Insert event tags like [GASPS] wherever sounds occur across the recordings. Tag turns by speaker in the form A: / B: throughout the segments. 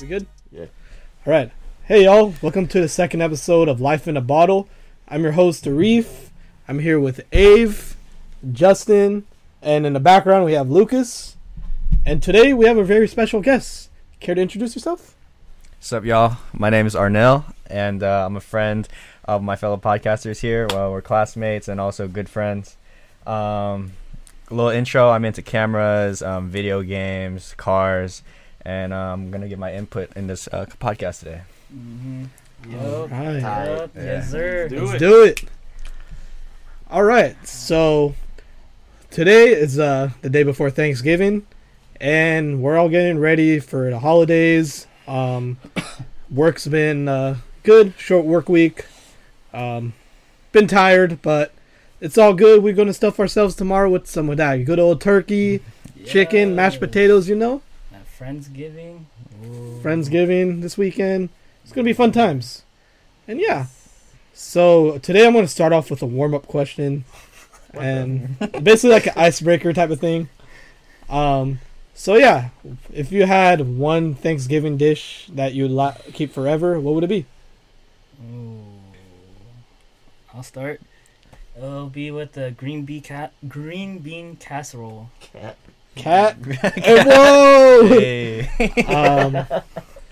A: We good?
B: Yeah.
A: All right. Hey, y'all. Welcome to the second episode of Life in a Bottle. I'm your host, Arif. I'm here with Ave, Justin, and in the background, we have Lucas. And today, we have a very special guest. Care to introduce yourself?
C: What's up, y'all? My name is Arnell, and uh, I'm a friend of my fellow podcasters here. Well, we're classmates and also good friends. Um, a little intro I'm into cameras, um, video games, cars, and uh, I'm going to give my input in this uh,
A: [LAUGHS]
C: podcast today.
D: Mm-hmm.
A: All right.
C: Tight. Yeah.
D: Yes, sir.
B: Do
A: Let's
B: it.
A: do it. All right. So today is uh, the day before Thanksgiving, and we're all getting ready for the holidays. Um, [COUGHS] work's been uh, good, short work week. Um, been tired, but it's all good. We're gonna stuff ourselves tomorrow with some of that good old turkey, chicken, mashed potatoes. You know,
D: Now, Friendsgiving. Ooh.
A: Friendsgiving this weekend. It's gonna be fun times, and yeah. So today I'm going to start off with a warm up question, and [LAUGHS] basically like an icebreaker type of thing. Um, so yeah, if you had one Thanksgiving dish that you li- keep forever, what would it be?
D: Ooh. I'll start. It'll be with the green bean cat green bean casserole.
B: Cat.
A: Cat.
C: [LAUGHS]
A: Hey, whoa!
C: Hey, [LAUGHS]
A: um,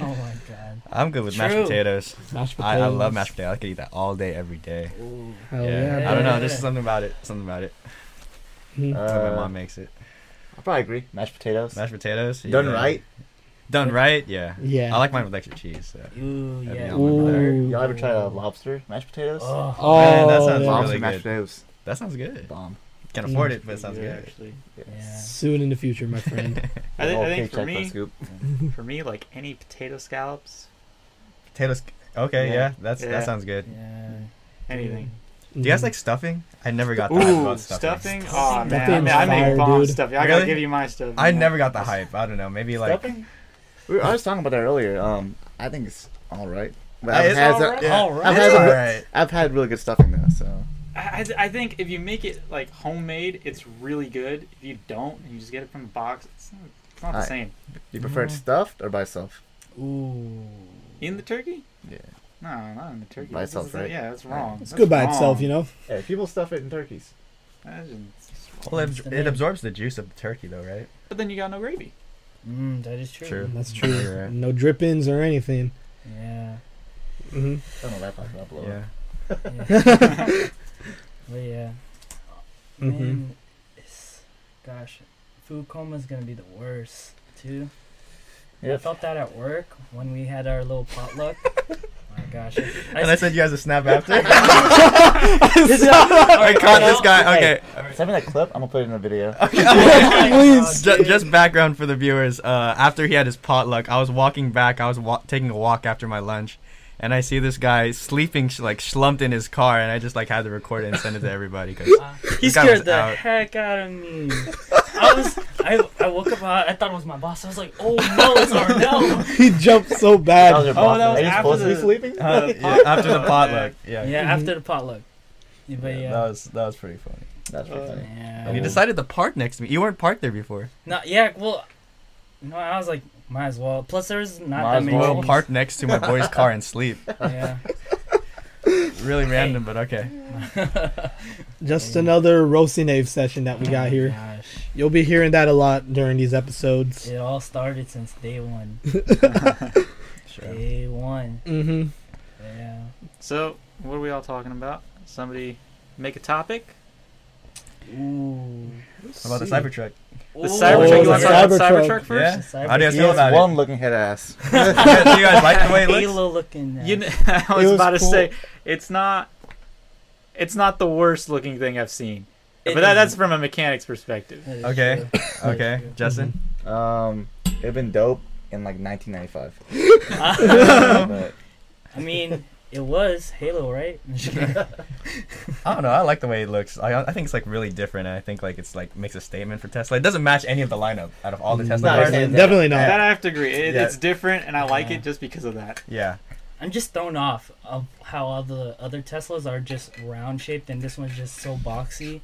D: Oh my god.
C: I'm good with mashed
D: True.
C: potatoes.
A: mashed
C: I, I love mashed
A: potatoes.
C: potatoes. I could eat that all day, every day.
D: Ooh.
A: Hell
C: yeah.
A: yeah!
C: I don't know.
D: bro.
C: There's something about it. Something about it.
A: bro. Mhm.
C: That's how my
B: Uh,
C: mom makes it.
B: I probably agree. Mashed potatoes.
C: Mashed potatoes.
B: Done
C: yeah.
B: right.
C: Done right. Yeah.
A: Yeah.
C: I like mine with extra cheese. So.
D: Ooh,
C: That'd be
D: yeah.
C: on my mind.
A: Ooh.
B: Y'all ever try a lobster mashed potatoes?
D: Oh.
A: Oh,
C: Man, that sounds
A: yeah.
B: lobster
C: really
B: mashed
C: good.
B: potatoes.
C: That sounds good.
B: Bomb.
C: Can't afford it, but it sounds good.
E: actually.
D: Yeah.
A: soon in the future, my [LAUGHS] friend.
E: I think,
B: Whole
E: I think for
B: paycheck by
E: me,
B: scoop.
E: [LAUGHS] for me, like any potato scallops,
C: Potatoes. Okay, yeah,
B: Yeah.
C: that's
E: Yeah.
C: that sounds good.
D: Yeah.
E: anything.
C: [LAUGHS]
A: Mm-hmm.
C: Do you guys like stuffing? I never got the hype
E: [LAUGHS] Ooh,
C: about stuffing.
E: stuffing. Oh
D: Stuffing
E: man, I, mean, I
A: is fire,
E: make bomb
A: dude.
E: stuff. I gotta
C: Really?
E: give you my stuff.
C: I
E: man.
C: never got the hype. I don't know. Maybe like
B: Stuffing? We were, I was talking about that earlier. Um, I think it's all right. But
C: Uh,
B: I've
C: it's
B: had
C: all
B: some-
C: right.
B: yeah,
D: All right.
B: I've
C: it's
B: had some-
C: all right.
B: I've had really good stuffing though. So
E: I, I I think if you make it like homemade, it's really good. If you don't, and you just get it from the box, it's not, it's not the
B: I-
E: same.
B: you prefer
E: Mm-hmm.
B: it stuffed or by itself?
D: Ooh.
E: In the turkey?
B: Yeah.
E: No, not in the turkey.
B: By
E: That's-
B: itself,
E: that's-
B: right?
E: Yeah, that's wrong.
A: It's good by itself, you know.
B: Yeah, people stuff it in turkeys.
C: Well, it, absor- it absorbs the juice of the turkey though, right?
E: But then you got no gravy.
D: Mm, that is true.
C: True.
A: That's
C: You're
A: true.
C: right.
A: No drippings or anything.
D: Yeah.
C: Mm-hmm.
A: hmm
B: I don't know that part about
C: Yeah.
B: blow.
D: yeah. [LAUGHS] but yeah.
A: Mhm.
D: Man, it's, gosh, food coma's gonna be the worst too. I
B: Yep.
D: felt that at work when we had our little potluck. my gosh, I,
C: And I said you guys a snap after.
D: I
C: [LAUGHS] I caught this
D: [LAUGHS]
C: [LAUGHS] guy. Okay.
B: Send me that clip. I'm gonna put it in the video.
D: Oh
C: Ju- Just, background for the viewers. Uh, after he had his potluck, I was walking back. I was wa- taking a walk after my lunch, and I see this guy sleeping, sh- like slumped in his car, and I just like had to record it and send it to everybody. Cause
D: He
C: This guy was
D: scared
C: [LAUGHS]
D: the
C: out.
D: heck out of me. I was, I, I woke up. I, I thought it was my boss. I was like, oh no, it's Arnell.
A: [LAUGHS] [LAUGHS] He jumped
C: [LAUGHS]
A: so bad.
B: That was your
E: Oh,
B: boss.
E: that was
B: Are you
E: after
B: supposed to be
E: the-
B: sleeping?
C: Uh, yeah, after the potluck, yeah.
D: Yeah,
C: yeah.
D: after the potluck. Yeah, but yeah,
C: that was that was pretty funny.
B: That's pretty funny.
D: yeah.
C: And you decided to park next to me. You weren't parked there before.
D: No, yeah, well, no, I was like, might as well. Plus, there's not
B: Might
D: that
B: as
D: many.
C: Well,
D: people.
C: parked next to my boy's car and sleep.
D: Yeah.
C: [LAUGHS] Really random, but okay.
A: Just another roasting Ave session that we got here.
D: Gosh,
A: You'll be hearing that a lot during these episodes.
D: it all started since day
E: [LAUGHS]
D: one.
C: Sure.
D: Day one.
A: Mm-hmm.
D: Yeah.
E: So, what are we all talking about? Somebody make a topic?
D: Ooh.
C: How about the Cybertruck?
E: The
D: Ooh.
E: Cybertruck? You
A: the
E: want to talk about
A: Cybertruck.
E: Cybertruck
C: Oh, Yeah.
E: first?
C: How do you guys
B: He
C: feel
B: has
C: about
B: one
C: it?
B: looking head ass.
C: [LAUGHS] you, guys, you guys like the [LAUGHS] way it looks?
D: Halo looking. uh,
E: You know, [LAUGHS] I was,
A: was
E: about to
A: cool.
E: say it's not it's not the worst looking thing I've seen.
D: It
E: but that, that's
D: isn't.
E: from a mechanic's perspective.
D: That is
C: Okay.
D: true.
C: Okay,
D: Mhm.
C: Justin.
B: Um, it'd been dope in like 1995. But
D: [LAUGHS] I mean, it was
C: [LAUGHS]
D: Halo, right?
C: I don't know. I like the way it looks. I, I think it's like really different. And I think like it's like makes a statement for Tesla. It doesn't match any of the lineup out of all the Tesla
B: No,
C: cars.
B: it's-
A: Definitely Mm, not.
E: That I have to agree. It,
C: Yeah.
E: It's different, and I like
D: Yeah.
E: it just because of that.
C: Yeah,
D: I'm just thrown off of how all the other Teslas are just round shaped and this one's just so boxy.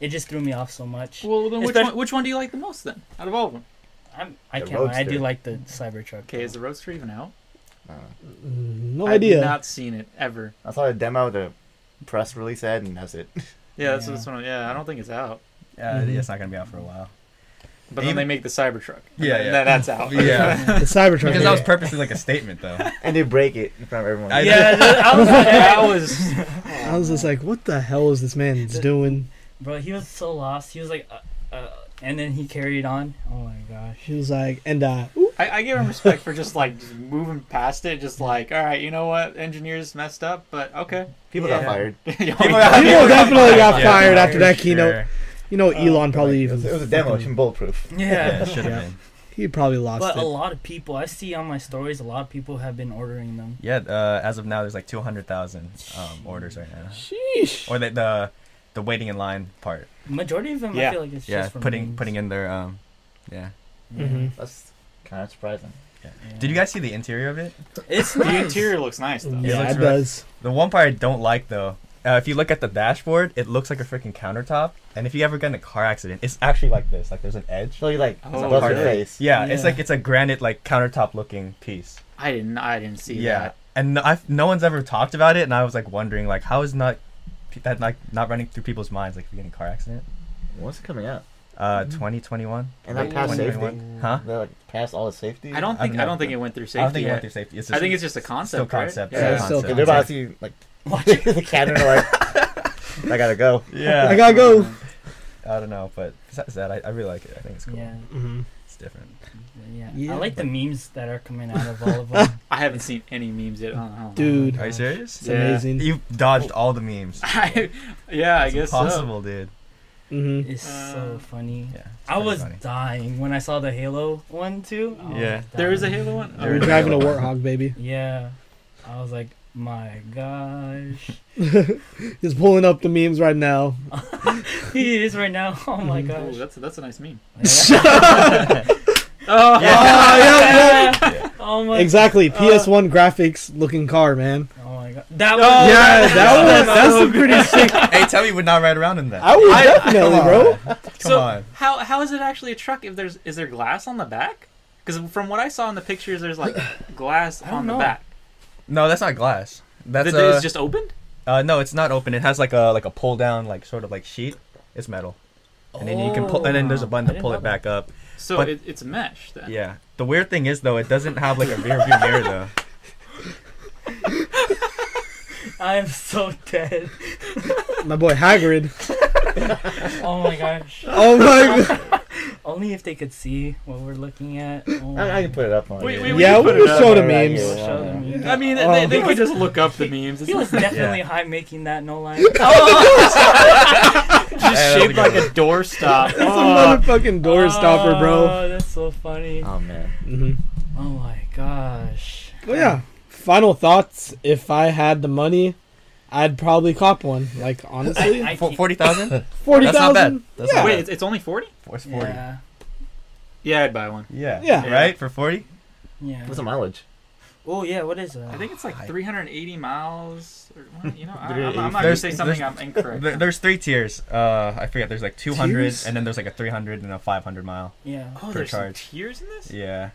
D: It just threw me off so much.
E: Well, then
D: which Especially-
E: one, which one do you like the most then, out of all of them?
D: I'm, I
B: The
D: can't. lie, I do
B: Roadster.
D: like the Cybertruck.
E: Okay, is the Roadster even out?
B: I don't know.
A: Mm, No
E: I've
A: idea.
E: not seen it ever.
B: uh, I saw a demo, the press release ad, and that's it. [LAUGHS]
E: Yeah, that's
D: Yeah.
E: that's what. I'm, yeah, I don't think it's out.
C: Uh,
A: Mhm.
C: yeah, it's not gonna be out for a while.
E: But then
C: Even-
E: they make the Cybertruck.
C: Yeah,
E: And
C: yeah.
E: then that's out.
C: [LAUGHS] Yeah,
A: the Cybertruck.
C: because
A: made
C: that
A: it.
C: was purposely like a statement
A: [LAUGHS]
C: though.
B: and they break it in front of everyone.
C: I-
D: yeah,
C: [LAUGHS]
D: I was, I was,
A: I was just like, what the hell is this man
D: The-
A: doing?
D: bro. He was so lost. He was like, uh, uh, and then he carried on. Oh my gosh.
A: He was like, and uh, ooh,
E: I, I give him respect for just like just moving past it. Just like, all right, you know what? Engineers messed up, but okay. [LAUGHS]
B: People
E: Yeah.
B: got fired.
E: People
A: people definitely got
C: Yeah,
A: fired
C: yeah,
A: after that
C: for
A: keynote.
C: sure.
A: You know,
D: Uh,
A: Elon probably
B: It
A: even
B: was, it was a demo. It
A: fucking-
B: was bulletproof.
C: Yeah,
D: Yeah.
C: it should have
A: Yeah.
C: been.
A: He probably lost
D: But a
A: it.
D: lot of people, I see on my stories, a lot of people have been ordering them.
C: Yeah, uh, as of now, there's like 200,000 um, orders right now.
A: Sheesh.
C: Or the, the the waiting in line part.
D: Majority of them, I
E: Yeah.
D: feel like it's
C: Yeah,
D: just from
C: putting
D: memes.
C: putting in their um, yeah.
D: Yeah,
A: Mhm.
B: That's kind of surprising.
D: yeah.
C: Did you guys see the interior of it? [LAUGHS]
D: It's
E: The
D: nice.
E: interior looks nice though.
C: It
A: Yeah,
C: looks
A: it
C: right.
A: does.
C: The one part I don't like though, uh, if you look at the dashboard, it looks like a freaking countertop. And if you ever get in a car accident, it's actually like this. Like there's an edge.
B: So you like
E: Oh,
B: bust your
C: really?
B: face.
C: Yeah, it's
D: Yeah.
C: like it's a granite like countertop looking piece.
E: I didn't. I didn't see
C: yeah,
E: that.
C: and no, I've, no one's ever talked about it, and I was like wondering like how is not pe- that like not running through people's minds like if you get in a car accident.
B: When's it coming out?
C: Uh,
E: Mm-hmm.
C: 2021.
B: And that
E: Ooh.
B: passed safety.
C: 2021. Huh?
B: They like passed all the safety.
E: I don't
C: I
E: think.
C: don't
E: I
C: know.
E: don't think it went through safety.
C: I don't think it
E: yet.
C: went through safety. It's
E: I think it's just a concept.
C: still
E: right?
C: concept.
E: Yeah.
A: it's
B: Yeah,
A: still
B: they're
C: concept.
B: about to like [LAUGHS] the camera like I gotta go.
E: [LAUGHS]
C: yeah.
A: I gotta go.
C: I don't know, but besides that, I, I really like it. I think it's cool.
D: Yeah,
A: Mhm.
C: It's different.
D: yeah.
A: Yeah,
D: I like the memes that are coming out of all
C: [LAUGHS]
D: of them.
E: I haven't seen any memes yet. I don't- I don't know.
A: Dude,
C: Are you
D: Gosh.
C: serious?
A: it's
E: Yeah.
A: amazing.
C: You dodged all the memes.
E: I, [LAUGHS] yeah, I
C: It's
E: guess
C: impossible, dude.
A: Mhm.
D: It's so
E: Uh,
D: funny.
C: Yeah. it's
D: I
C: pretty
D: was
C: [LAUGHS] funny.
D: dying when I saw the Halo one too. I was
C: Yeah.
E: so. There is a
D: dying.
E: Halo one.
A: We're
C: You're
E: Okay.
A: driving a warthog, baby.
D: Yeah, I was like, my gosh, [LAUGHS]
A: He's pulling up the memes right now.
D: he is right now. [LAUGHS] Oh my
E: Ooh,
D: gosh.
E: that's that's a nice meme.
D: oh,
A: [LAUGHS] yeah,
D: Oh my.
A: Exactly,
D: Uh,
A: PS1 graphics looking car, man.
D: Oh my god. That was.
E: Oh,
A: yeah, that
E: that's-
A: was that's a pretty sick.
C: hey, tell me you would not ride around
A: [LAUGHS]
C: in that.
A: I would
E: I-
A: definitely, bro.
C: Come
E: so
C: on.
E: how how is it actually a truck if there's is there glass on the back? Because from what I saw in the pictures, there's [LAUGHS] like glass
D: I don't
E: on the
D: know.
E: back.
C: No, that's not glass. That's
E: That is
C: uh,
E: just opened.
C: uh, no, it's not open. It has like a like a pull down like sort of like sheet. It's metal, and then you can pull, and then there's a
D: I
C: button to
D: didn't
C: pull
D: know
C: it
D: that.
C: back up.
E: So
C: But-
E: it, it's a mesh then.
C: Yeah. The weird thing is though, it doesn't have like a rear view mirror though.
D: [LAUGHS] I'm so dead.
A: [LAUGHS] My boy Hagrid.
D: Oh my gosh.
A: Oh my god.
D: Only if they could see what we're looking at. Oh
B: I, I can put it up on.
E: Wait,
B: it.
E: wait,
A: Yeah,
E: we
A: we
E: put it
A: just
E: up.
A: showed the
B: Yeah, yeah,
A: memes.
B: yeah.
D: Show them.
E: I mean, they,
A: Oh.
E: they could just look up the memes. It's
D: He was
E: not-
D: definitely
C: Yeah.
D: high making that, no lie.
E: just
C: Yeah, that was
E: shaped
C: a [LAUGHS]
E: like
C: good
E: a
A: [LAUGHS]
E: doorstop. [LAUGHS]
A: That's
E: Oh.
A: a motherfucking door stopper, bro.
D: Oh, that's so funny.
B: Oh man.
A: hmm
D: Oh my gosh.
A: Well, yeah. Final thoughts. If I had the money, I'd probably cop one. Like honestly,
D: [LAUGHS] I
C: For,
D: keep-
A: [LAUGHS]
C: Forty thousand?
A: forty
C: That's not bad.
A: thousand.
C: That's
A: Yeah.
C: not
E: Wait,
C: bad.
E: it's, it's only forty.
C: It's forty.
D: Yeah.
E: Yeah, I'd buy one.
C: Yeah.
A: Yeah.
C: Right for forty.
D: Yeah.
B: What's the mileage?
D: Oh yeah, what is that?
E: I think it's like
C: I-
E: 380 miles. Or, what, you know, I, I'm,
B: 380.
E: I'm not gonna say
C: There's-
E: something I'm incorrect.
C: There, there's three tiers. Uh, I forget. There's like 200,
A: Tiers?
C: and then there's like a 300 and a 500 mile.
D: yeah.
E: oh,
C: per
E: there's some
C: charge.
E: tiers in this.
C: Yeah.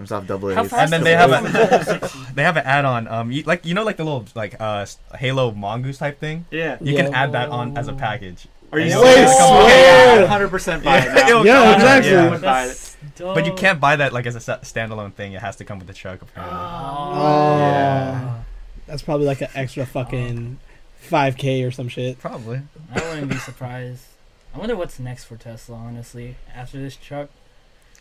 B: It's off double
E: How
B: A's.
E: fast
C: And then
E: is
C: they
E: it?
C: have
D: Oh,
C: a they have an add-on. Um, you, like you know, like the little like uh s- Halo mongoose type thing.
E: Yeah.
C: You can add that on as a
D: Yo. [LAUGHS]
C: package.
E: Are
C: you
E: you
A: serious?
E: serious?
A: Swear.
E: 100% buy it
C: [LAUGHS]
E: now.
A: [LAUGHS]
C: It'll
A: Yeah,
C: come-
A: exactly.
C: yeah.
E: would buy
D: Oh, That's dope.
C: But you can't buy that like as a sa- standalone thing. It has to come with the truck. Apparently.
E: [GASPS]
A: Oh,
D: Uh,
C: Yeah.
A: that's probably like an extra fucking five k or some shit.
C: Probably.
D: I wouldn't be surprised. I wonder what's next for Tesla, honestly. After this truck,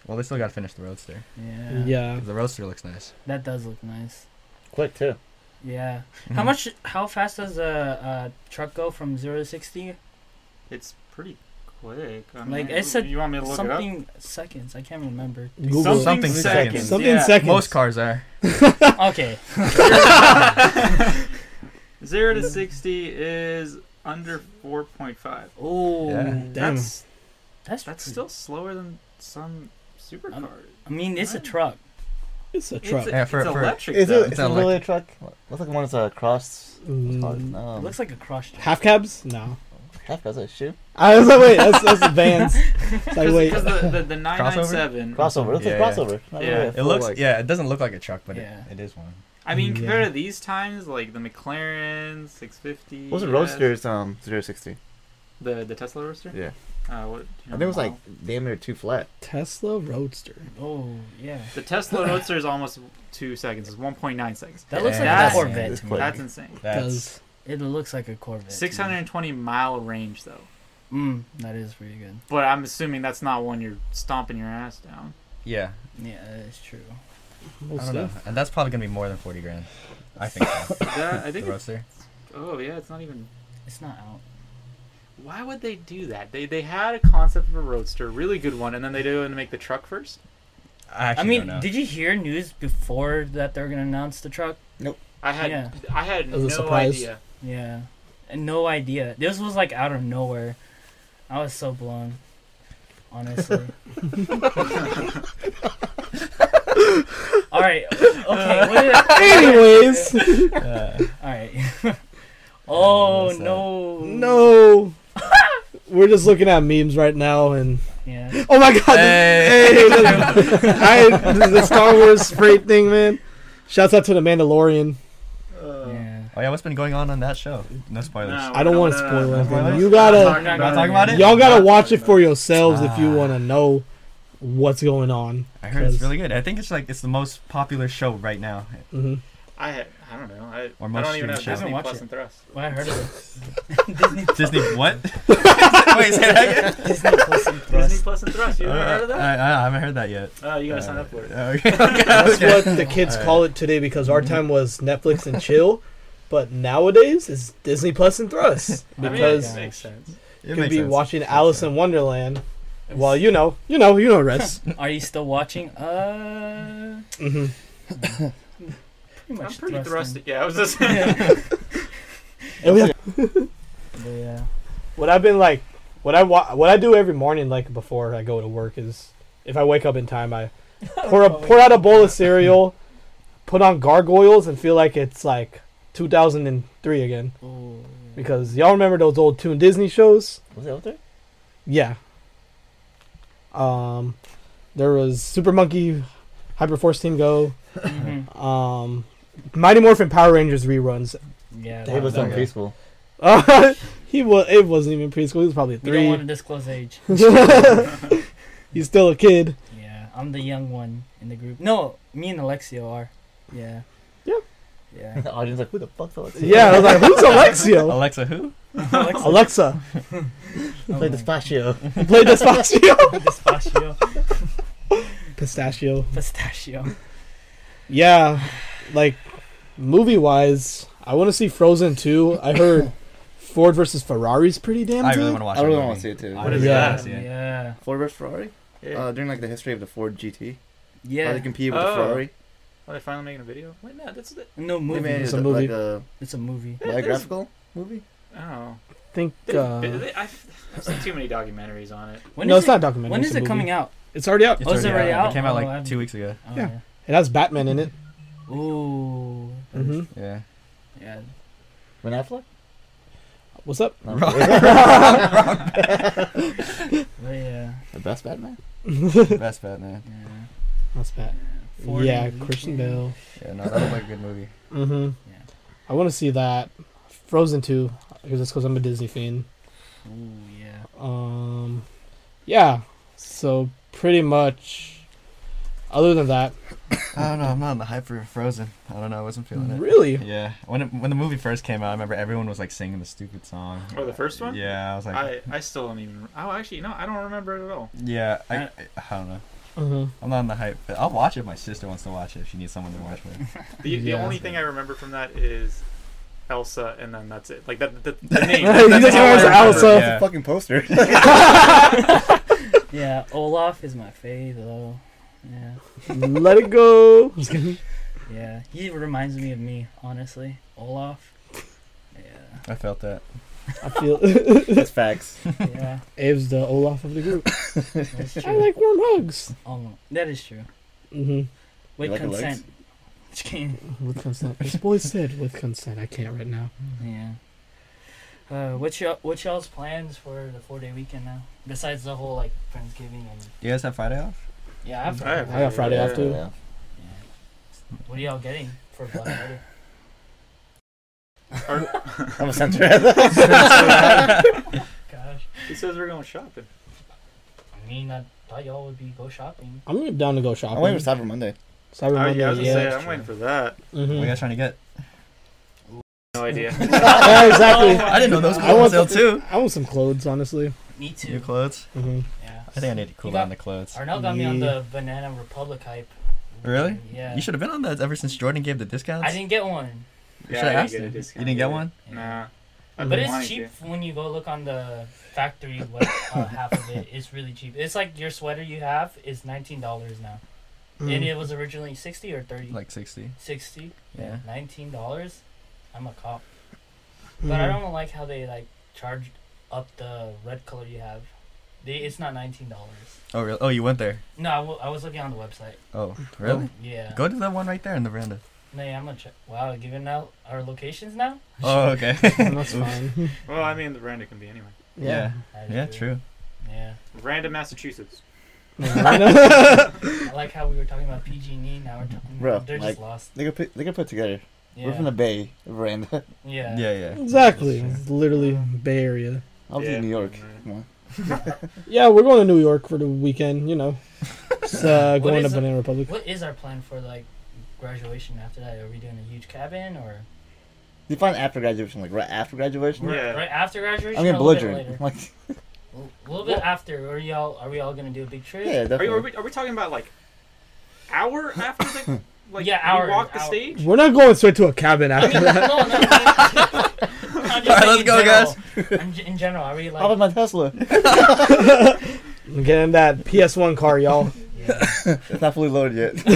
C: Well, they still gotta finish the roadster.
D: yeah,
A: Yeah.
C: The roadster looks nice.
D: that does look nice.
B: Quick too.
D: Yeah. How
C: Mhm.
D: much? How fast does a, a truck go from zero to sixty?
E: It's pretty quick. I mean,
D: Like,
E: you-
D: it said
E: you want me to look it up?
D: Something seconds. I can't remember.
A: Google
E: Something,
A: it.
C: Something
E: seconds.
C: seconds.
A: Something
E: yeah.
A: seconds.
C: Most cars are.
D: [LAUGHS] okay.
E: Zero to sixty is under four point five.
D: Oh,
C: Yeah.
A: Mm, Damn.
E: That's
D: that's
E: that's
D: pretty-
E: still slower than some supercars.
D: I mean, it's a truck.
A: It's a truck.
E: It's, a,
C: Yeah, for-
E: it's
C: for-
E: electric.
B: Is
E: though.
B: it?
C: It's
B: It's
C: not
B: really a truck. Looks like one that's a cross. what's it called?
A: Mm,
B: No.
D: It looks like a crush truck.
A: half cabs? No.
B: That was a shoe.
A: I was like, wait, that's, that's the [LAUGHS] Vans. It's like, wait.
E: Because the,
A: [LAUGHS]
E: the, the 997,
B: Crossover. That's
C: Yeah,
B: a
C: yeah.
B: crossover. Not
E: Yeah.
B: really a
C: It
B: full,
C: looks
B: like-
C: yeah, it doesn't look like a truck, but
D: Yeah.
C: it, it is one.
E: I mean,
A: Yeah.
E: compared to these times, like the McLaren 650.
B: What was it?
E: S,
B: Roadster's um, 060.
E: The, the Tesla Roadster?
B: Yeah.
E: Uh, what, do
B: I
E: you know
B: think it was
E: the
B: like
E: model?
B: damn near two flat.
A: Tesla Roadster.
D: Oh yeah,
E: The Tesla Roadster is almost two seconds. It's 1.9 seconds.
D: that looks like
E: Damn.
D: a Corvette.
B: That's
D: To me.
B: quick.
E: That's insane.
C: That's
A: Does
D: It looks like a Corvette. to me.
E: 620 mile range, though.
D: Mm, that is pretty good.
E: But I'm assuming that's not one you're stomping your ass down.
C: yeah.
D: Yeah, that is true.
A: cool
C: I don't know.
A: stuff.
C: And that's probably gonna be more than forty grand. I think so.
D: [LAUGHS]
E: That-
C: the
E: I think. It's,
C: roaster.
E: oh yeah, it's not even.
D: It's not out.
E: Why would they do that? They they had a concept of a roadster, really good one, and then they do and make the truck first.
C: I,
D: I
C: actually
D: mean,
C: don't know.
D: did you hear news before that they're gonna announce the truck?
E: I had
D: Yeah.
E: I had
A: That was
E: no
A: a surprise.
E: idea.
D: Yeah, and no idea. This was like out of nowhere. I was so blown.
C: [LAUGHS]
D: Honestly. [LAUGHS] All right. Okay. What
C: [LAUGHS]
D: did I-
A: Anyways,
C: Uh,
D: All right. [LAUGHS] oh
C: what's that?
D: no.
A: no. [LAUGHS] We're just looking at memes right now, and
D: Yeah.
A: oh my god,
C: Hey.
A: hey, the, I, the Star Wars spray thing, man. Shouts out to the Mandalorian.
D: Yeah.
C: oh yeah, what's been going on on that show? No spoilers.
E: No,
A: I don't
E: no,
A: want
E: no,
A: to
E: no,
A: spoil
E: no,
C: it.
A: anything.
C: spoilers.
A: You
E: no.
A: gotta,
E: We're not
C: We're not
E: gonna-
C: talking about it?
A: y'all gotta
E: Not
A: watch it
E: talking
A: for
E: about
A: yourselves if you
C: Ah.
A: want to know what's going on.
C: I heard it's
A: Cause-
C: really good. I think it's like it's the most popular show right now.
A: hmm
E: I had, I don't know. I,
C: Or
E: I
C: most
E: don't
C: streaming
E: even have
C: shows.
E: Disney
D: Watch
E: Plus
D: it.
E: and Thrust.
D: Well, I heard of it. Disney.
C: [LAUGHS]
A: [LAUGHS]
C: Disney what? Wait, say that again.
D: [LAUGHS] Disney Plus and
E: Disney
D: Thrust.
E: Plus and Thrust. You ever heard of that?
C: I, I haven't heard that yet.
E: Oh, you gotta sign up for it.
C: Uh, okay, [LAUGHS] okay,
A: That's
C: okay.
A: what the kids call it today because our time was Netflix and chill, but nowadays it's Disney Plus and Thrust
E: I mean, it
A: because
D: yeah.
E: makes sense.
C: It
A: you could
C: makes
A: be
C: sense. [LAUGHS]
A: watching Alice in Wonderland. Well, you know, you know, you know,
C: [LAUGHS]
A: Reds.
D: Are you still watching? Uh.
A: hmm
D: Pretty much
E: I'm pretty
D: thrusting.
E: thrusted. Yeah, I was just. [LAUGHS]
A: And we have-
D: But yeah.
A: what I've been like, what I wa- what I do every morning, like before I go to work, is if I wake up in time, I pour a, pour out a bowl of cereal, put on gargoyles, and feel like it's like 2003 again
D: Ooh.
A: because y'all remember those old Toon Disney shows.
B: Was it out there?
A: Yeah. Um, there was Super Monkey, Hyperforce Team Go,
D: Mhm.
A: um, Mighty Morphin Power Rangers reruns.
D: Yeah.
B: It was
C: that
B: on
C: guy.
B: preschool.
A: Uh, [LAUGHS] he was. It wasn't even preschool. He was probably
D: We don't
A: [LAUGHS]
D: want
A: three.
D: to disclose age.
A: He's still a kid.
D: Yeah, I'm the young one in the group. No, me and Alexio are. Yeah.
A: Yeah. [LAUGHS]
D: Yeah. [LAUGHS]
B: [LAUGHS] The audience like, who the fuck's that?
A: Yeah, I was like, who's Alexio?
C: Alexa, who?
D: Alexio.
A: Alexa,
B: [LAUGHS]
D: Oh
B: Play
D: my
B: Despacio.
A: play
D: [LAUGHS]
A: Despacio.
D: God. Pistachio.
A: Pistachio. [LAUGHS]
D: Pistachio.
A: Yeah, like movie wise, I want to see Frozen 2. I heard Ford versus Ferrari's pretty damn
C: I
A: good.
C: really want to watch.
B: I
C: that
B: really
C: movie.
B: want to see it too.
C: I
E: What
C: really
E: is
C: wanna
E: that?
C: see it.
D: Yeah.
B: Ford versus Ferrari?
E: Yeah.
B: Uh, during like the history of the Ford GT, how
D: Yeah.
B: they compete with
E: Oh.
B: the Ferrari.
E: Are they finally making a video? Wait, no, that's the.
D: No
B: They made
D: movie.
A: It's a
B: like
A: movie.
B: a
D: It's a movie.
E: there's-
B: biographical movie.
E: Oh,
A: think.
E: they,
A: Uh,
E: they, I've, I've seen too many documentaries on it.
D: When
A: no,
D: is
A: it's not a
D: it,
A: documentary.
D: When
A: it's
D: is
A: a
D: it
A: movie.
D: coming out?
A: It's already up.
C: It's
D: Oh, is it already out?
C: It came out
D: Oh,
C: like
D: I haven't-
C: two weeks ago.
D: Oh,
A: Yeah. It has Batman in it.
D: yeah. Ooh.
A: hmm [LAUGHS]
C: Yeah.
D: Yeah.
B: Ben Affleck?
A: What's up?
B: [LAUGHS] No.
D: But yeah.
B: the best Batman?
C: Best Batman.
D: Yeah.
A: That's bad.
D: Ford
A: yeah,
D: and-
A: Christian Bale.
C: Yeah, no, that looked like a
A: [LAUGHS]
C: good movie.
A: Mm-hmm.
D: Yeah.
A: I want to see that. Frozen 2, because that's because I'm a Disney fan.
D: Ooh, yeah.
A: Um, yeah. So pretty much, other than that,
C: I don't know. I'm not in the hype for Frozen. I don't know. I wasn't feeling it.
A: really,
C: Yeah. When it, when the movie first came out, I remember everyone was like singing the stupid song.
E: Or Oh, the first one?
C: Yeah. I was like.
E: I, I still don't even. Oh, actually, no, I don't remember it at all.
C: yeah. I, I,
D: I-
C: I don't know.
A: hmm
C: I'm not in the hype. But I'll watch it if my sister wants to watch it. If she needs someone to watch
E: [LAUGHS]
C: with.
E: The, the
A: Yeah.
E: only thing I remember from that is Elsa, and then that's it. Like that, that the
C: [LAUGHS]
E: name.
A: You just
E: all I
A: remember
E: remember.
A: Elsa.
B: It's a
C: Yeah.
B: fucking poster. [LAUGHS]
D: Yeah, Olaf is my fave though. Yeah.
A: [LAUGHS] let it [LAUGHS] go. Just kidding.
D: Yeah, he reminds me of me, honestly. Olaf. Yeah.
C: I felt that.
A: I feel [LAUGHS]
B: That's facts.
D: Yeah.
A: Abe's the Olaf of the group. [LAUGHS]
D: That's
A: I
D: true.
A: like warm hugs.
D: Um, that is true.
A: Mm-hmm.
D: With
B: like Alex?
D: consent. Just kidding.
A: With consent. This boy said with consent. I can't right now.
D: Yeah. Uh, what's your what's y'all's plans for the four day weekend now? Besides the whole like Thanksgiving and
C: You guys have Friday off?
D: yeah, I've
E: I have-
A: I got Friday off too.
B: Yeah.
D: What are y'all getting for Black
C: [COUGHS]
D: Friday?
B: I'm a [LAUGHS] censor.
D: Gosh,
E: He says we're going shopping.
D: I mean, I thought y'all would be go shopping.
A: I'm down to go shopping.
B: I'm waiting for Cyber Monday.
A: Cyber
E: Oh,
A: Monday.
E: yeah, I was gonna
A: yeah.
E: say, I'm waiting for that.
C: What
A: Mhm.
C: are you guys trying to [LAUGHS] get?
E: No idea.
A: Mm-hmm. [LAUGHS] yeah, exactly.
E: [LAUGHS]
C: I didn't know those were
A: I
C: on
A: want
C: sale
A: the-
C: too.
A: I want some clothes, honestly.
D: Me
C: [LAUGHS] New
D: too.
C: clothes?
A: hmm
D: Yeah.
C: I think I need to cool
D: got-
C: down the clothes.
D: Arnell got me on
A: Yeah.
D: the Banana Republic hype.
C: Really?
D: Yeah.
C: You should have been on that ever since Jordan gave the discounts.
D: I didn't get one.
C: You
E: Yeah,
C: should
E: I
C: have asked
E: didn't get a
C: him.
E: discount,
C: You didn't get
E: yeah.
C: one?
E: Nah. I
D: But
E: don't
D: it's
E: want
D: cheap
E: to.
D: when you go look on the factory web,
C: [LAUGHS]
D: uh, half of it. It's really cheap. It's like your sweater you have is nineteen dollars now, and it was originally sixty or thirty.
C: Mm. Like 60.
D: 60
C: Yeah.
D: nineteen dollars. I'm a cop, but
C: Mm.
A: Mm-hmm.
D: I don't like how they like charge up the red color you have. They it's not nineteen dollars.
C: Oh, really? Oh, you went there.
D: No, I wa- I was looking on the website.
C: Oh, really?
D: Yeah.
C: Go to the one right there in the veranda.
D: No, yeah, I'm gonna check. Wow, giving out our locations now.
C: [LAUGHS] Oh,
B: [LAUGHS]
C: okay.
A: Mhm. That's fine.
E: Well, I mean, the Miranda can be anywhere.
C: yeah.
D: That is
C: Yeah,
D: good.
C: true.
D: Yeah.
E: Miranda, Massachusetts.
A: Yeah, I know. [LAUGHS]
D: I like how we were talking about PG&E. E, Now we're talking.
B: Bro,
D: they're
B: like-
D: just lost.
B: They could put, they could put together.
D: Yeah.
B: We're from the Bay, [LAUGHS] veranda.
D: yeah.
C: Yeah, yeah.
A: exactly. It's literally Bay Area.
B: I'll be
E: Yeah.
B: in New York.
E: Mhm.
B: Come on.
A: Yeah, we're going to New York for the weekend. You know, Just, uh,
D: What
A: going to
D: is the-
A: Banana Republic.
D: What is our plan for like graduation after that? Are we doing a huge cabin or
B: You find after graduation, like right after graduation.
E: Yeah.
D: right after graduation?
B: I'm getting
D: or a little bit
B: belligerent.
D: later?
B: Like,
D: A little bit after, are y'all are we all gonna do a big trip?
B: yeah,
E: Are,
B: definitely.
E: you, are, we, are we talking about like hour after the like
D: Yeah,
E: we
D: hour,
E: walk the
D: hour.
E: stage?
A: We're not going straight to a cabin after
D: [LAUGHS]
A: [LAUGHS]
D: no,
A: that.
D: no, no. I'm
B: [LAUGHS]
D: just
C: All right,
D: saying
C: let's
D: in
C: go,
D: general. I'm j- [LAUGHS] in general, are we
B: How about
D: like?
B: my Tesla?
A: Getting that PS1 car, y'all.
D: Yeah,
B: it's not fully loaded yet.
E: [LAUGHS]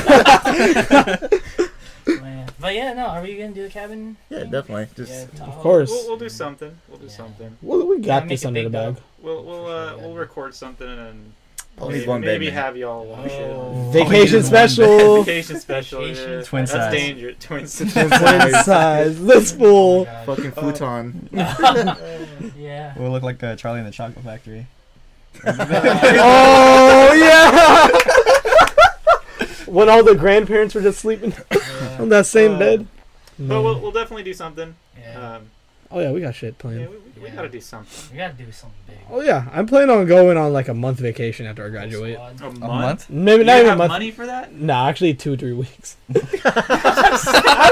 D: man. But yeah, no. Are we gonna do the cabin?
B: yeah,
D: thing?
B: definitely. Just
D: Yeah, Tahoe.
A: Of course.
E: We'll, we'll do something. We'll do
D: Yeah.
E: something.
A: Well, we
D: Yeah,
A: got
D: make
A: this
D: it
A: under the
D: big,
A: bag.
D: dog.
E: We'll we'll uh,
D: sure, yeah.
E: we'll record something and
B: Ponies
E: maybe,
B: one bed,
E: maybe
B: man. [LAUGHS]
E: have y'all watch
D: Oh.
A: Vacation
E: it.
C: Vacation
A: special.
E: Vacation special.
D: [LAUGHS] Vacation
E: yeah.
C: Twin
E: That's
C: size.
E: dangerous. Twin
B: Twin
E: size.
A: Twin
E: [LAUGHS]
B: size.
A: size. This
D: Oh my
A: fool.
D: gosh.
B: Fucking futon.
D: Yeah.
C: We'll look like uh, Charlie in the Chocolate Factory.
A: Oh yeah. [LAUGHS] when all the grandparents were just sleeping
D: yeah.
A: on that same
E: Uh,
A: bed.
E: But we'll, we'll definitely do something.
D: yeah.
E: Um,
A: oh yeah, we got shit
E: yeah, we,
A: planned.
E: we, we
D: Yeah.
E: gotta do something.
D: We gotta do something big.
A: Oh yeah, I'm planning on going on like a month vacation after I graduate.
D: Squad.
E: A month?
C: A month?
A: Maybe
E: You
A: not even a
E: have
A: month.
E: money for that?
A: Nah, actually two three
E: [LAUGHS]
A: weeks. [LAUGHS] I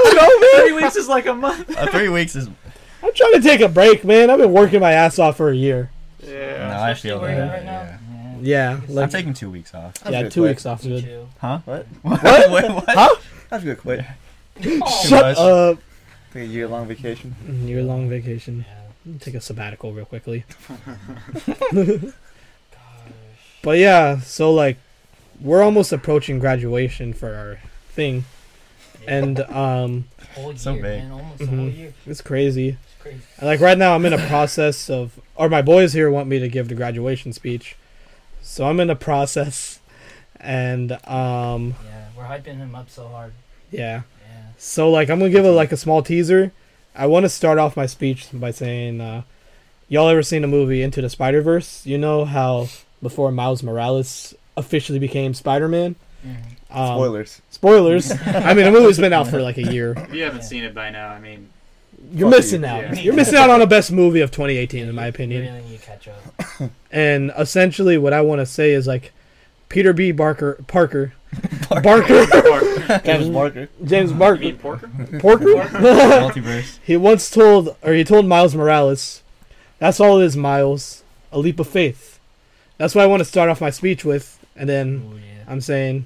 A: don't know, man.
E: Three weeks is like a month.
C: Uh, three weeks is.
A: I'm trying to take a break, man. I've been working my ass off for a year.
E: [LAUGHS] Yeah.
C: No, I
D: Especially
C: feel
D: where you're
C: that.
D: at right now.
C: yeah.
A: Yeah,
C: I'm
A: like
C: taking two weeks off.
A: yeah,
B: good
A: two
B: quick.
A: weeks off
D: Me
A: is good. [LAUGHS]
D: too.
C: Huh?
B: What?
C: What?
A: What?
C: Wait, what?
A: Huh?
B: That's a good quit.
D: Oh,
C: Shut-
A: Shut
C: much.
A: up.
B: Take a year long vacation.
A: Year long vacation.
D: yeah.
A: Take a sabbatical real quickly.
D: Gosh.
A: But yeah, so like we're almost approaching graduation for our thing and um
D: Whole
C: So
D: year,
C: big.
D: man. Almost a whole
A: Mhm.
D: year.
A: it's crazy.
D: It's crazy.
A: And like right now I'm in a process of or my boys here want me to give the graduation speech. So I'm in a process and um
D: Yeah, we're hyping him up so hard.
A: yeah.
D: Yeah.
A: So like I'm gonna give a like a small teaser. I want to start off my speech by saying, uh, y'all ever seen the movie Into the Spider Verse? You know how before Miles Morales officially became Spider Man.
D: Mm-hmm.
A: Um,
B: Spoilers. [LAUGHS]
A: Spoilers. I mean, the movie's been out for like a year.
E: If you haven't seen it by now, I mean,
A: You're
B: Fuck
A: missing
B: you.
A: out.
E: Yeah.
A: You're missing out on the best movie of 2018, in my opinion.
D: Really need to catch up.
A: And essentially, what I want to say is like, Peter B. Barker, Parker, Barker,
E: [LAUGHS] pork.
B: Travis Barker.
A: James
E: You mean
A: Barker,
E: porker?
A: Parker. [LAUGHS]
C: Multiverse.
A: He once told, or he told Miles Morales, "That's all it is, Miles. A leap of faith." That's what I want to start off my speech with, and then
D: Ooh, yeah.
A: I'm saying,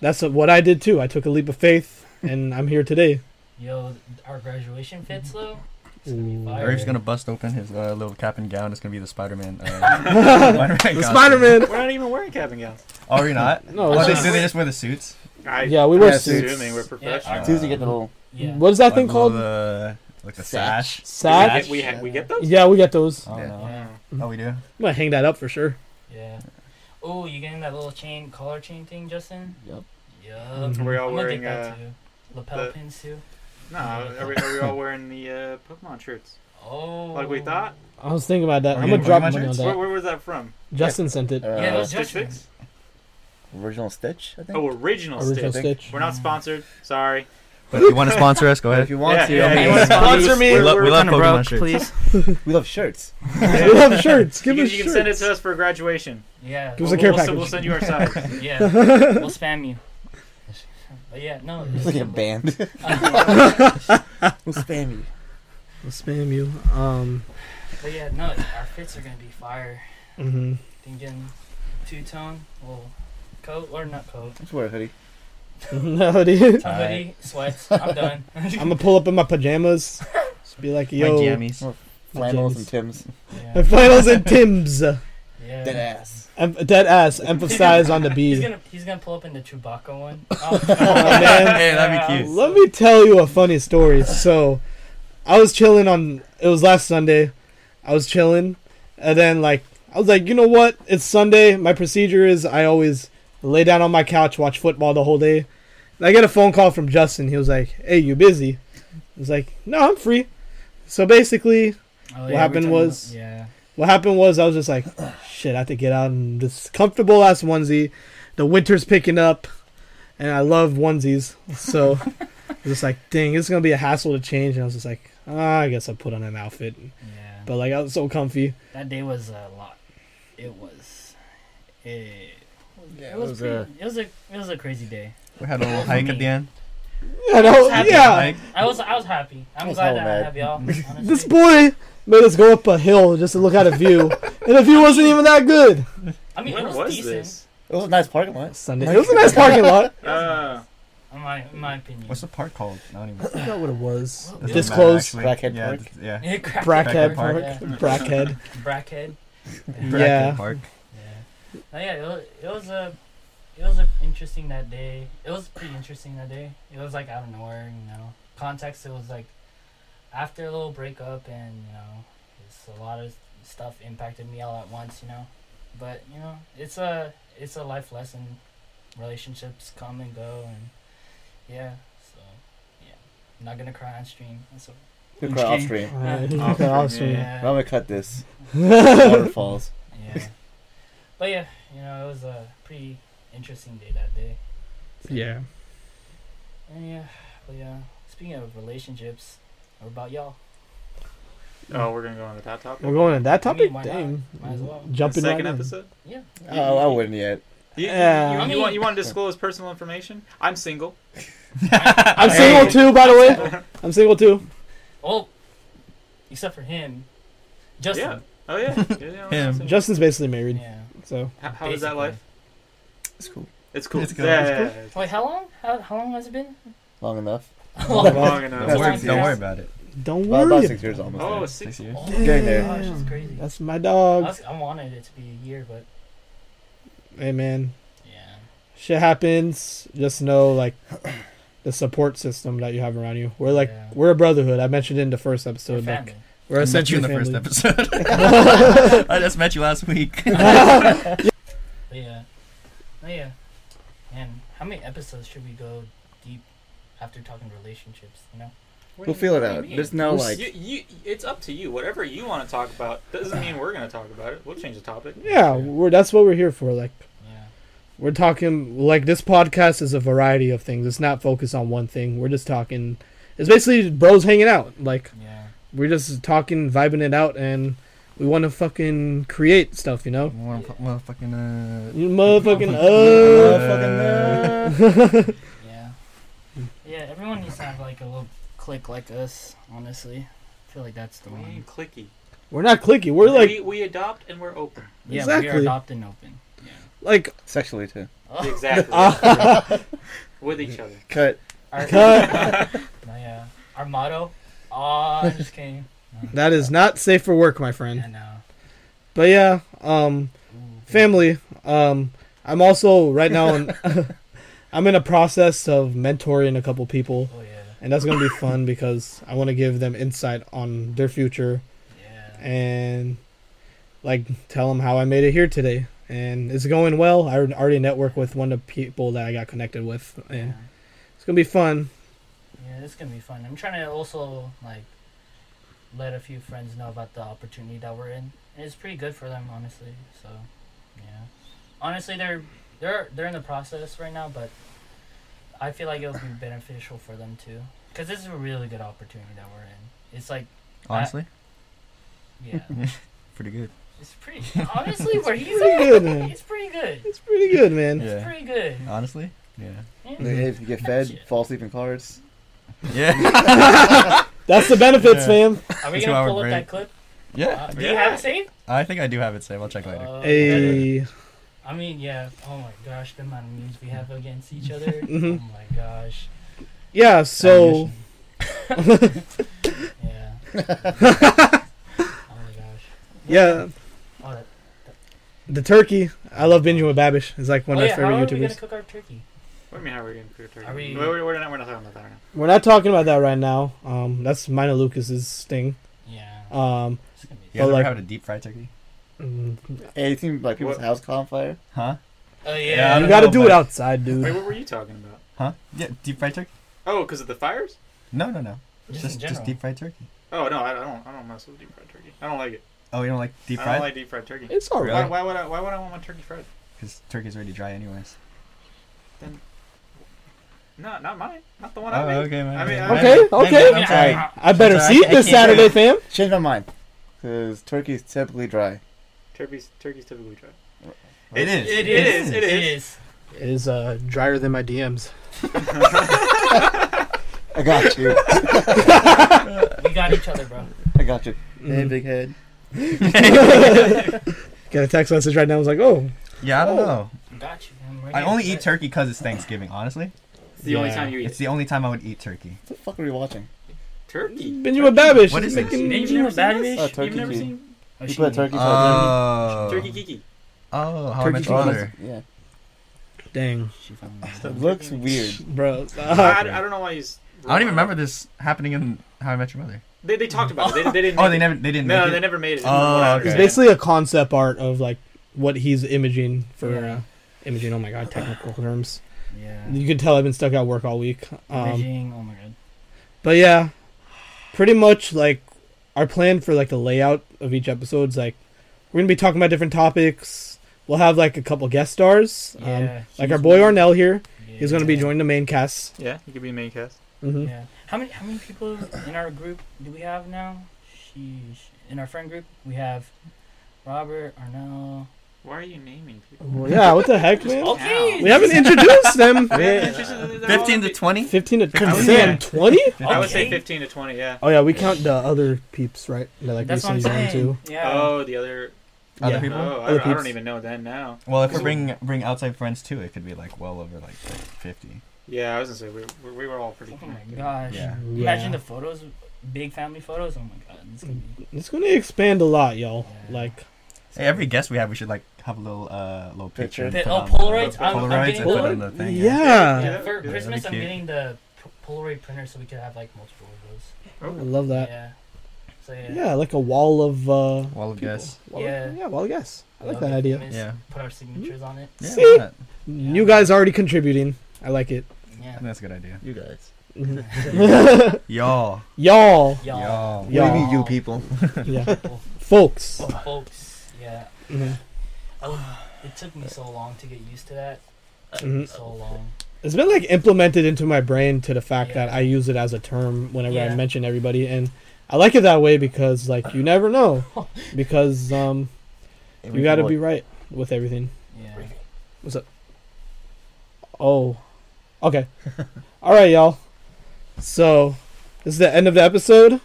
A: "That's what I did too. I took a leap of faith, and I'm here today."
D: Yo, our graduation fits though.
A: The
C: Eric's gonna bust open his uh, little cap and gown. It's gonna be the Spider-Man. Uh, Spider-Man costume.
A: Spider-Man.
E: [LAUGHS] We're not even wearing cap and gowns.
C: Are we not?
A: No,
C: Oh,
A: it's
C: they,
A: just,
C: do they just wear the suits?
E: I,
A: Yeah, we
E: I'm
A: wear
E: assuming
A: suits.
E: we're
D: Yeah,
E: professional.
D: our-
B: Tuesday get the little.
D: Yeah.
A: what is that thing
C: Like,
A: called?
C: The, like the
B: Sash.
C: sash.
E: we,
A: Sash.
E: get, we, ha- we get those?
A: Yeah, we got those.
C: Oh,
B: Yeah.
C: no.
D: Yeah.
C: oh, we do.
A: I'm gonna hang that up for sure.
D: Yeah. Oh, you getting that little chain collar chain thing, Justin?
B: Yup.
D: Yup.
A: Mhm.
E: Mm-hmm. We're all
D: I'm gonna
E: wearing,
D: get that
E: uh,
D: too. Lapel
E: the-
D: pins too.
E: No, are we, are we all wearing the uh, Pokemon shirts?
D: Oh Oh.
E: like we thought.
A: I was thinking about that.
B: Are
A: I'm
B: you
A: gonna
B: getting
A: drop
B: my
A: money on
B: shirts?
A: that.
E: Where, where was that from?
A: Justin sent it.
B: Uh,
D: Yeah, those
E: Stitch
D: judgments.
E: Fix?
B: original Stitch, I think.
E: Oh, original,
A: Original
E: Stitch.
A: Stitch.
E: We're not sponsored. Sorry.
C: But if you want to sponsor us, go
B: But if
C: ahead.
B: you want
E: Yeah,
B: to,
E: yeah,
B: I mean,
E: yeah, yeah.
F: Sponsor me.
C: We love- we
F: We're
C: love
F: kinda
C: Pokemon
F: broke,
C: shirts.
F: please.
B: we love shirts.
A: [LAUGHS] we [LAUGHS] love shirts. Give
E: you,
A: us
E: can,
A: shirts.
E: you can send it to us for graduation.
D: Yeah.
A: Give us
E: we'll,
A: a care
E: we'll, send- we'll
A: package.
E: send you
A: [LAUGHS]
E: our size.
D: yeah. We'll spam you. But yeah, no.
B: [LAUGHS] It's like a [LAUGHS] band.
D: Uh,
B: we'll spam you.
A: We'll spam you. Um.
D: but yeah, no. Our fits are gonna be fire.
A: hmm
D: Thinking two tone, well, coat or not coat.
B: Just wear a hoodie.
A: [LAUGHS] no, dude.
D: Tongue
B: Alright.
D: hoodie, sweats.
A: [LAUGHS]
D: I'm done.
A: I'm gonna pull up in my pajamas. Just be
E: [LAUGHS]
A: like,
C: My
A: yo,
C: jammies.
B: Flannels
A: James.
B: and Tim's.
A: my
D: yeah.
A: flannels and Tim's.
D: yeah.
B: Dead ass.
A: Em- dead ass. Emphasize on the
D: He's
A: B.
D: gonna he's gonna pull up in the Chewbacca one.
A: [LAUGHS]
D: Oh,
A: man.
C: Hey, that'd be cute.
A: Let me tell you a funny story. So, I was chilling on. It was last Sunday. I was chilling, and then like I was like, you know what? It's Sunday. My procedure is I always lay down on my couch, watch football the whole day. And I get a phone call from Justin. He was like, "Hey, you busy?" I was like, "No, I'm free." So basically,
D: Oh,
A: What
D: yeah, we're
A: happened
D: talking
A: was-
D: about- yeah.
A: What happened was I was just like, [CLEARS THROAT] shit, I have to get out in this comfortable ass onesie. The winter's picking up, and I love onesies. So I was just like, dang, it's gonna be a hassle to change. And I was just like, ah, I guess I'll put on an outfit.
D: Yeah.
A: But like, I was so comfy.
D: that day was a lot. It was. It,
B: Yeah,
D: it was, pretty, it was a it was a crazy day.
C: We had a little hike at the end.
A: I
D: was
A: know,
D: happy.
A: yeah.
C: Hike.
D: I was I was happy. I'm
B: I was
D: glad
B: hella
D: that I
B: mad.
D: have y'all. honestly.
A: [LAUGHS] This boy made us go up a hill just to look at a view, and the view wasn't even that good.
D: I mean,
E: when
D: it was,
E: was
D: decent.
E: this?
B: It was a nice parking lot.
A: Sunday, it was a nice parking lot.
E: Uh,
D: In my in my opinion. [LAUGHS]
C: What's the park called? I don't
A: [LAUGHS]
C: even.
A: I forgot what it was.
D: Doesn't
C: Doesn't
A: This
C: matter,
A: close,
C: actually.
B: Crackhead
C: yeah,
B: Park.
C: th- yeah.
D: Yeah, crack-
A: Brackhead
C: Brackhead
A: Park,
D: Park.
A: Brackhead.
D: Yeah. Brackhead.
A: Yeah.
C: Crackhead Park.
D: Yeah. Oh, yeah, it was, it was a, it was a interesting that day. It was pretty interesting that day. It was like out of nowhere, you know. Context, it was like after a little breakup, and you know, it's a lot of stuff impacted me all at once, you know. But you know, it's a, it's a life lesson. Relationships come and go, and yeah, so yeah, I'm not gonna cry on stream. That's what-
B: Good
E: Which
B: cry off
E: game?
A: [LAUGHS]
B: stream.
A: [LAUGHS] Alright, awesome.
E: Yeah.
B: I'm gonna
A: [LAUGHS]
B: cut this.
A: yeah.
B: Waterfalls.
D: yeah. [LAUGHS] But yeah, you know, it was a pretty interesting day that day. And yeah, but yeah. Speaking of relationships, what about y'all?
E: oh, we're gonna go on the top topic.
A: We're going to that
D: I mean,
A: topic?
D: why not?
A: Dang.
D: Might as well.
E: The
A: Jumping
E: second
A: right in.
E: episode.
D: Yeah.
B: Oh, I wouldn't yet.
E: You, you-
A: Yeah.
D: I
E: you- you want
D: mean-
E: you want to disclose personal information? I'm single.
A: I'm
D: Hey.
A: single too, by the
D: [LAUGHS]
A: way. I'm single too.
D: Oh, except for him, Justin.
E: Oh [LAUGHS] yeah. yeah, yeah, I'm
C: Him.
E: single.
A: Justin's basically married,
D: Yeah.
A: so
E: How, how is that
D: Basically.
E: life?
B: It's cool.
E: It's cool.
C: It's cool.
E: Yeah,
C: It's
E: yeah, yeah,
D: Wait, how long? How, how long has it
E: [LAUGHS]
D: been?
B: Long enough.
E: yeah.
C: [LAUGHS]
E: Long enough.
C: Don't worry,
D: That's
C: don't
D: nice.
C: worry about it.
A: don't
B: About,
A: worry.
B: about
A: about-
B: six years almost.
E: Oh,
B: Oh,
E: six.
C: years.
D: [LAUGHS] Oh,
A: Damn.
D: my gosh, that's crazy.
A: That's my
D: I,
A: dog.
D: was- I wanted it to be a year, but
A: Hey man,
D: yeah.
A: shit happens. Just know like the support system that you have around you. We're like
D: Yeah.
A: we're a brotherhood. I mentioned it in the first
D: So
A: episode. Like,
D: family.
A: we're
C: I met you
A: essentially
C: in the first
A: family.
C: episode. [LAUGHS] I just met you last week. [LAUGHS]
D: But yeah. Oh yeah. And how many episodes should we go deep after talking relationships? You know.
B: we'll feel it
E: What do you
B: out.
E: mean?
B: There's no
A: We'll
B: like.
E: You, you, it's up to you. Whatever you want to talk about doesn't mean we're gonna talk about it. We'll change the topic.
A: Yeah, we're that's what we're here for. Like
D: Yeah.
A: we're talking like this podcast is a variety of things. It's not focused on one thing. We're just talking. It's basically bros hanging out. Like
D: Yeah.
A: we're just talking, vibing it out, and we want to fucking create stuff, you know?
C: Motherfucking.
A: You motherfucking uh.
B: Motherfucking, uh,
D: Yeah. Yeah, everyone needs to have like a little click like us, honestly. I feel like that's the
E: We
D: one.
E: ain't clicky.
A: [LAUGHS] We're not clicky. We're like
E: we, we adopt and we're [LAUGHS] open.
D: Yeah, we
A: Exactly.
D: are adopt and open.
A: like
B: Sexually too.
D: Oh.
E: Exactly.
C: [LAUGHS]
E: With each other.
B: Cut. [LAUGHS]
D: Our, [LAUGHS] No, yeah. Our motto? Oh, I just kidding.
E: [LAUGHS]
A: that is not safe for work, my
D: Yeah,
A: friend.
D: no.
A: But yeah, um
D: Ooh.
A: family, um I'm also right now in, [LAUGHS] I'm in a process of mentoring a couple people
D: Oh, yeah.
A: and that's going to be fun because I want to give them insight on their future
D: Yeah.
A: and like tell them how I made it here today. And it's going well. I already network with one of the people that I got connected with, and
D: Yeah.
A: it's gonna be fun.
D: yeah, it's going to be fun. I'm trying to also, like, let a few friends know about the opportunity that we're in. And it's pretty good for them, honestly. So, yeah. Honestly, they're they're they're in the process right now, but I feel like it'll
C: [COUGHS]
D: be beneficial for them too, because this is a really good opportunity that we're in. It's like,
C: Honestly, [LAUGHS]
D: yeah,
C: pretty good.
D: it's pretty. Honestly, where he's
A: pretty
D: at,
A: good, man.
D: it's pretty good.
A: It's pretty good, man.
C: Yeah.
D: It's pretty good.
C: Honestly, yeah,
D: Yeah.
B: If you get fed,
D: Shit.
B: fall asleep in cars.
C: [LAUGHS] yeah, [LAUGHS]
A: That's the benefits,
C: Yeah.
A: fam.
D: Are we
C: Two
D: gonna
C: hour
D: pull up
C: break.
D: that clip?
C: yeah.
D: Uh, do you have it saved?
C: I think I do have it saved. I'll check later.
D: Uh,
A: Hey,
D: I mean, yeah. Oh my gosh, the amount of memes we have against
A: [LAUGHS]
D: each other.
A: Mhm.
D: Oh my gosh.
A: yeah. So
C: Ammunition.
A: [LAUGHS]
D: Yeah. oh my gosh.
A: yeah,
D: Oh, that,
A: the turkey. I love binging with Babish. It's like one
D: oh,
A: of
D: yeah,
A: my
D: how are
A: favorite
D: we
A: YouTubers.
D: gonna cook our turkey?
E: What do you mean, how are we going to cook turkey?
D: Are we-
E: We're, we're, not, we're not talking about that right now.
A: We're not talking about that right now. Um, that's mine and Lucas's thing.
D: Yeah.
A: Um,
D: It's gonna be.
C: You guys
A: But,
C: ever
A: like-
C: having a deep fried turkey?
A: mm,
B: Hey, you seen like people's
E: What?
B: house caught on fire?
C: Huh?
D: Oh
C: I
D: yeah.
A: you
C: don't
A: got to
C: know,
A: do
C: but-
A: it outside,
E: Wait,
A: dude.
E: what were you talking about?
C: Huh? Yeah, deep fried turkey?
E: Oh, because of the fires?
C: No, no, no.
D: Just in
C: Just just
D: general.
C: deep fried turkey.
E: Oh no, I I don't. I don't mess with deep fried turkey. I don't like it.
C: Oh, you don't like deep
E: I
C: fried?
E: don't like deep fried turkey.
A: It's all
E: Why,
A: right.
E: why would I? Why would I want my turkey fried?
C: Because turkey's already dry anyways.
E: No, not mine. Not the one
C: Oh,
E: I made.
C: okay, man.
E: I mean, I-
A: Okay, okay.
D: I'm
C: I'm
D: sorry.
C: sorry.
D: I-
A: I better
C: So I
A: see
C: ca-
A: it
C: I
A: this
C: can't do
A: Saturday, fam.
B: Change my mind. Because turkey's typically dry.
E: Turkey's turkey's typically dry.
C: It is.
E: It is.
D: It
E: It is.
D: is.
A: It is uh, drier than my DMs.
B: I got you.
D: We got each other, bro.
B: I got you. Hey,
A: Mm.
B: big head.
A: [LAUGHS] Got a text message right now. I was like, oh,
C: Yeah, I don't
A: Oh.
C: know.
D: Got you. Man. We're
C: I
D: getting
C: only eat
D: set.
C: turkey because it's Thanksgiving, honestly.
E: It's the only
A: Yeah.
E: time you eat
C: It's the only time I would eat turkey.
B: What the fuck are we watching?
E: turkey.
A: Benjamin Babish.
C: What is this?
A: making-
D: Ninja never bad
E: this?
B: Oh, turkey
E: You've never
B: key.
E: seen
B: You put a turkey
C: Oh.
B: fried
E: turkey kiki.
C: Oh, how
A: Turkey
C: I met
A: key.
C: your mother.
B: Yeah.
A: Dang,
B: It looks
A: [LAUGHS]
B: weird.
A: bro.
E: [LAUGHS] I, I
A: Uh,
E: don't know why he's.
C: I don't even remember this happening in How I Met Your Mother.
E: They, they talked about it. They, they didn't.
C: [LAUGHS] Oh,
E: make
C: they
E: it.
C: never, they didn't.
E: No,
C: make
E: they
C: it?
E: never made it.
C: Oh,
E: Whatever.
C: okay.
A: it's basically a concept art of like what he's imaging for
D: Yeah.
A: uh, imaging. Oh my god, [SIGHS] technical terms.
D: Yeah.
A: You could tell I've been stuck at work all week. Um,
D: Beijing. Oh my god.
A: But yeah, pretty much like our plan for like the layout of each episode is like we're gonna be talking about different topics. We'll have like a couple guest stars, um,
D: Yeah.
A: like our boy Arnell here.
D: Yeah.
A: He's gonna be joining the main cast.
E: Yeah, you could be a main cast.
A: hmm
D: Yeah. How many how many people in our group do we have now? Sheesh. In our friend group, we have Robert, Arnell.
E: Why are you naming [LAUGHS] people?
A: Yeah, what the [LAUGHS] heck, man?
E: Okay.
A: We haven't introduced [LAUGHS] them.
C: Fifteen to twenty.
A: Fifteen to
E: I
A: twenty.
E: would
A: Sam,
E: say-
A: twenty?
E: I would say
D: Okay.
E: fifteen to twenty. Yeah.
A: Oh yeah, we count the other peeps, right? That like
D: That's what I'm
A: recently joined
D: saying.
A: too.
D: Yeah.
E: Oh, the other.
C: Other
A: Yeah.
C: people.
E: Oh, I,
A: Other
E: don't- I don't
A: peeps.
E: even know that now.
C: Well, if we
E: Cool.
C: bring bring outside friends too, it could be like well over like fifty.
E: Yeah, I was gonna say we we, we were all pretty.
D: Oh my
E: connected.
D: gosh.
C: Yeah.
D: Imagine the photos, big family photos. Oh my god, it's gonna be.
A: It's gonna expand a lot, y'all.
D: Yeah.
A: Like
C: Hey, every guest we have, we should like have a little uh little picture. and
D: Picture.
C: put
D: Oh,
C: on the-
D: Polaroids? I'm- I'm
C: Polaroids
D: getting
C: and put
A: Polaroid?
C: on the thing.
A: yeah.
E: Yeah.
D: for
E: that'd
D: Christmas,
C: be
D: I'm
C: cute.
D: getting the P- Polaroid printer so we could have like multiple of those.
A: I love that.
D: yeah. So yeah.
A: Yeah, like a wall of uh
C: Wall of
A: people.
C: guests.
A: Wall of-
D: Yeah.
A: yeah, wall of guests. I like
D: Love
A: that
D: it.
A: idea.
D: Miss-
C: Yeah.
D: Put our signatures on it.
C: Yeah,
A: See?
C: why not?
A: You guys already contributing. I like it. Mm-hmm.
C: I
D: Yeah.
C: think that's a good idea.
B: You guys.
C: Y'all.
A: [LAUGHS] Y'all.
D: [LAUGHS] Y'all.
C: Y'all.
A: Yeah.
B: What do you mean, you people?
A: Yeah. Folks.
D: Folks. Yeah.
A: Mhm.
D: Oh, it took me so long to get used to that.
A: Mhm.
D: So long.
A: It's been like implemented into my brain to the fact that
D: Yeah.
A: I use it as a term whenever I
D: Yeah.
A: mention everybody and I like it that way because like you never know because um you got to be right with everything.
D: Yeah.
A: Oh. Okay. [LAUGHS] All right, y'all. So, this is the end of the episode.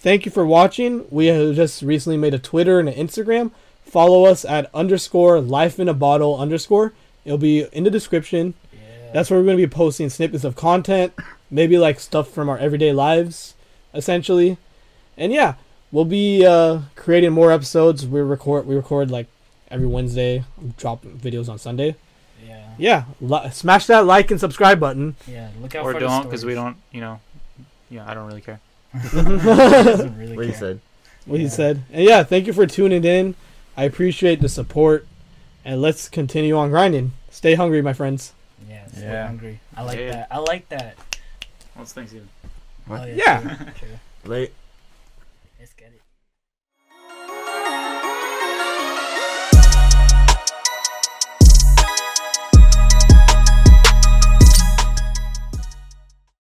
A: Thank you for watching. We have just recently made a Twitter and an Instagram. Follow us at underscore life in a bottle underscore. It'll be in the description.
D: Yeah.
A: That's where we're going to be posting snippets of content, maybe like stuff from our everyday lives, essentially. And yeah, we'll be uh, creating more episodes. We record we record like every Wednesday. Drop videos on Sunday.
D: yeah.
A: Yeah, li- smash that like and subscribe button.
D: Yeah. Look out
E: Or
D: for
E: don't,
D: because
E: because
D: [LAUGHS]
E: we don't. You know. Yeah, I don't really care.
D: doesn't really
B: What you
D: care.
B: said.
A: What he
D: Yeah.
A: said. And yeah, thank you for tuning in. I appreciate the support. And let's continue on grinding. Stay hungry, my friends.
D: Yeah. So
C: Yeah.
D: hungry. I like
E: Yeah.
D: that. I like that.
E: Well, it's Thanksgiving.
B: What?
D: Oh,
A: Yeah.
D: True, true.
B: Late.
D: Let's get it.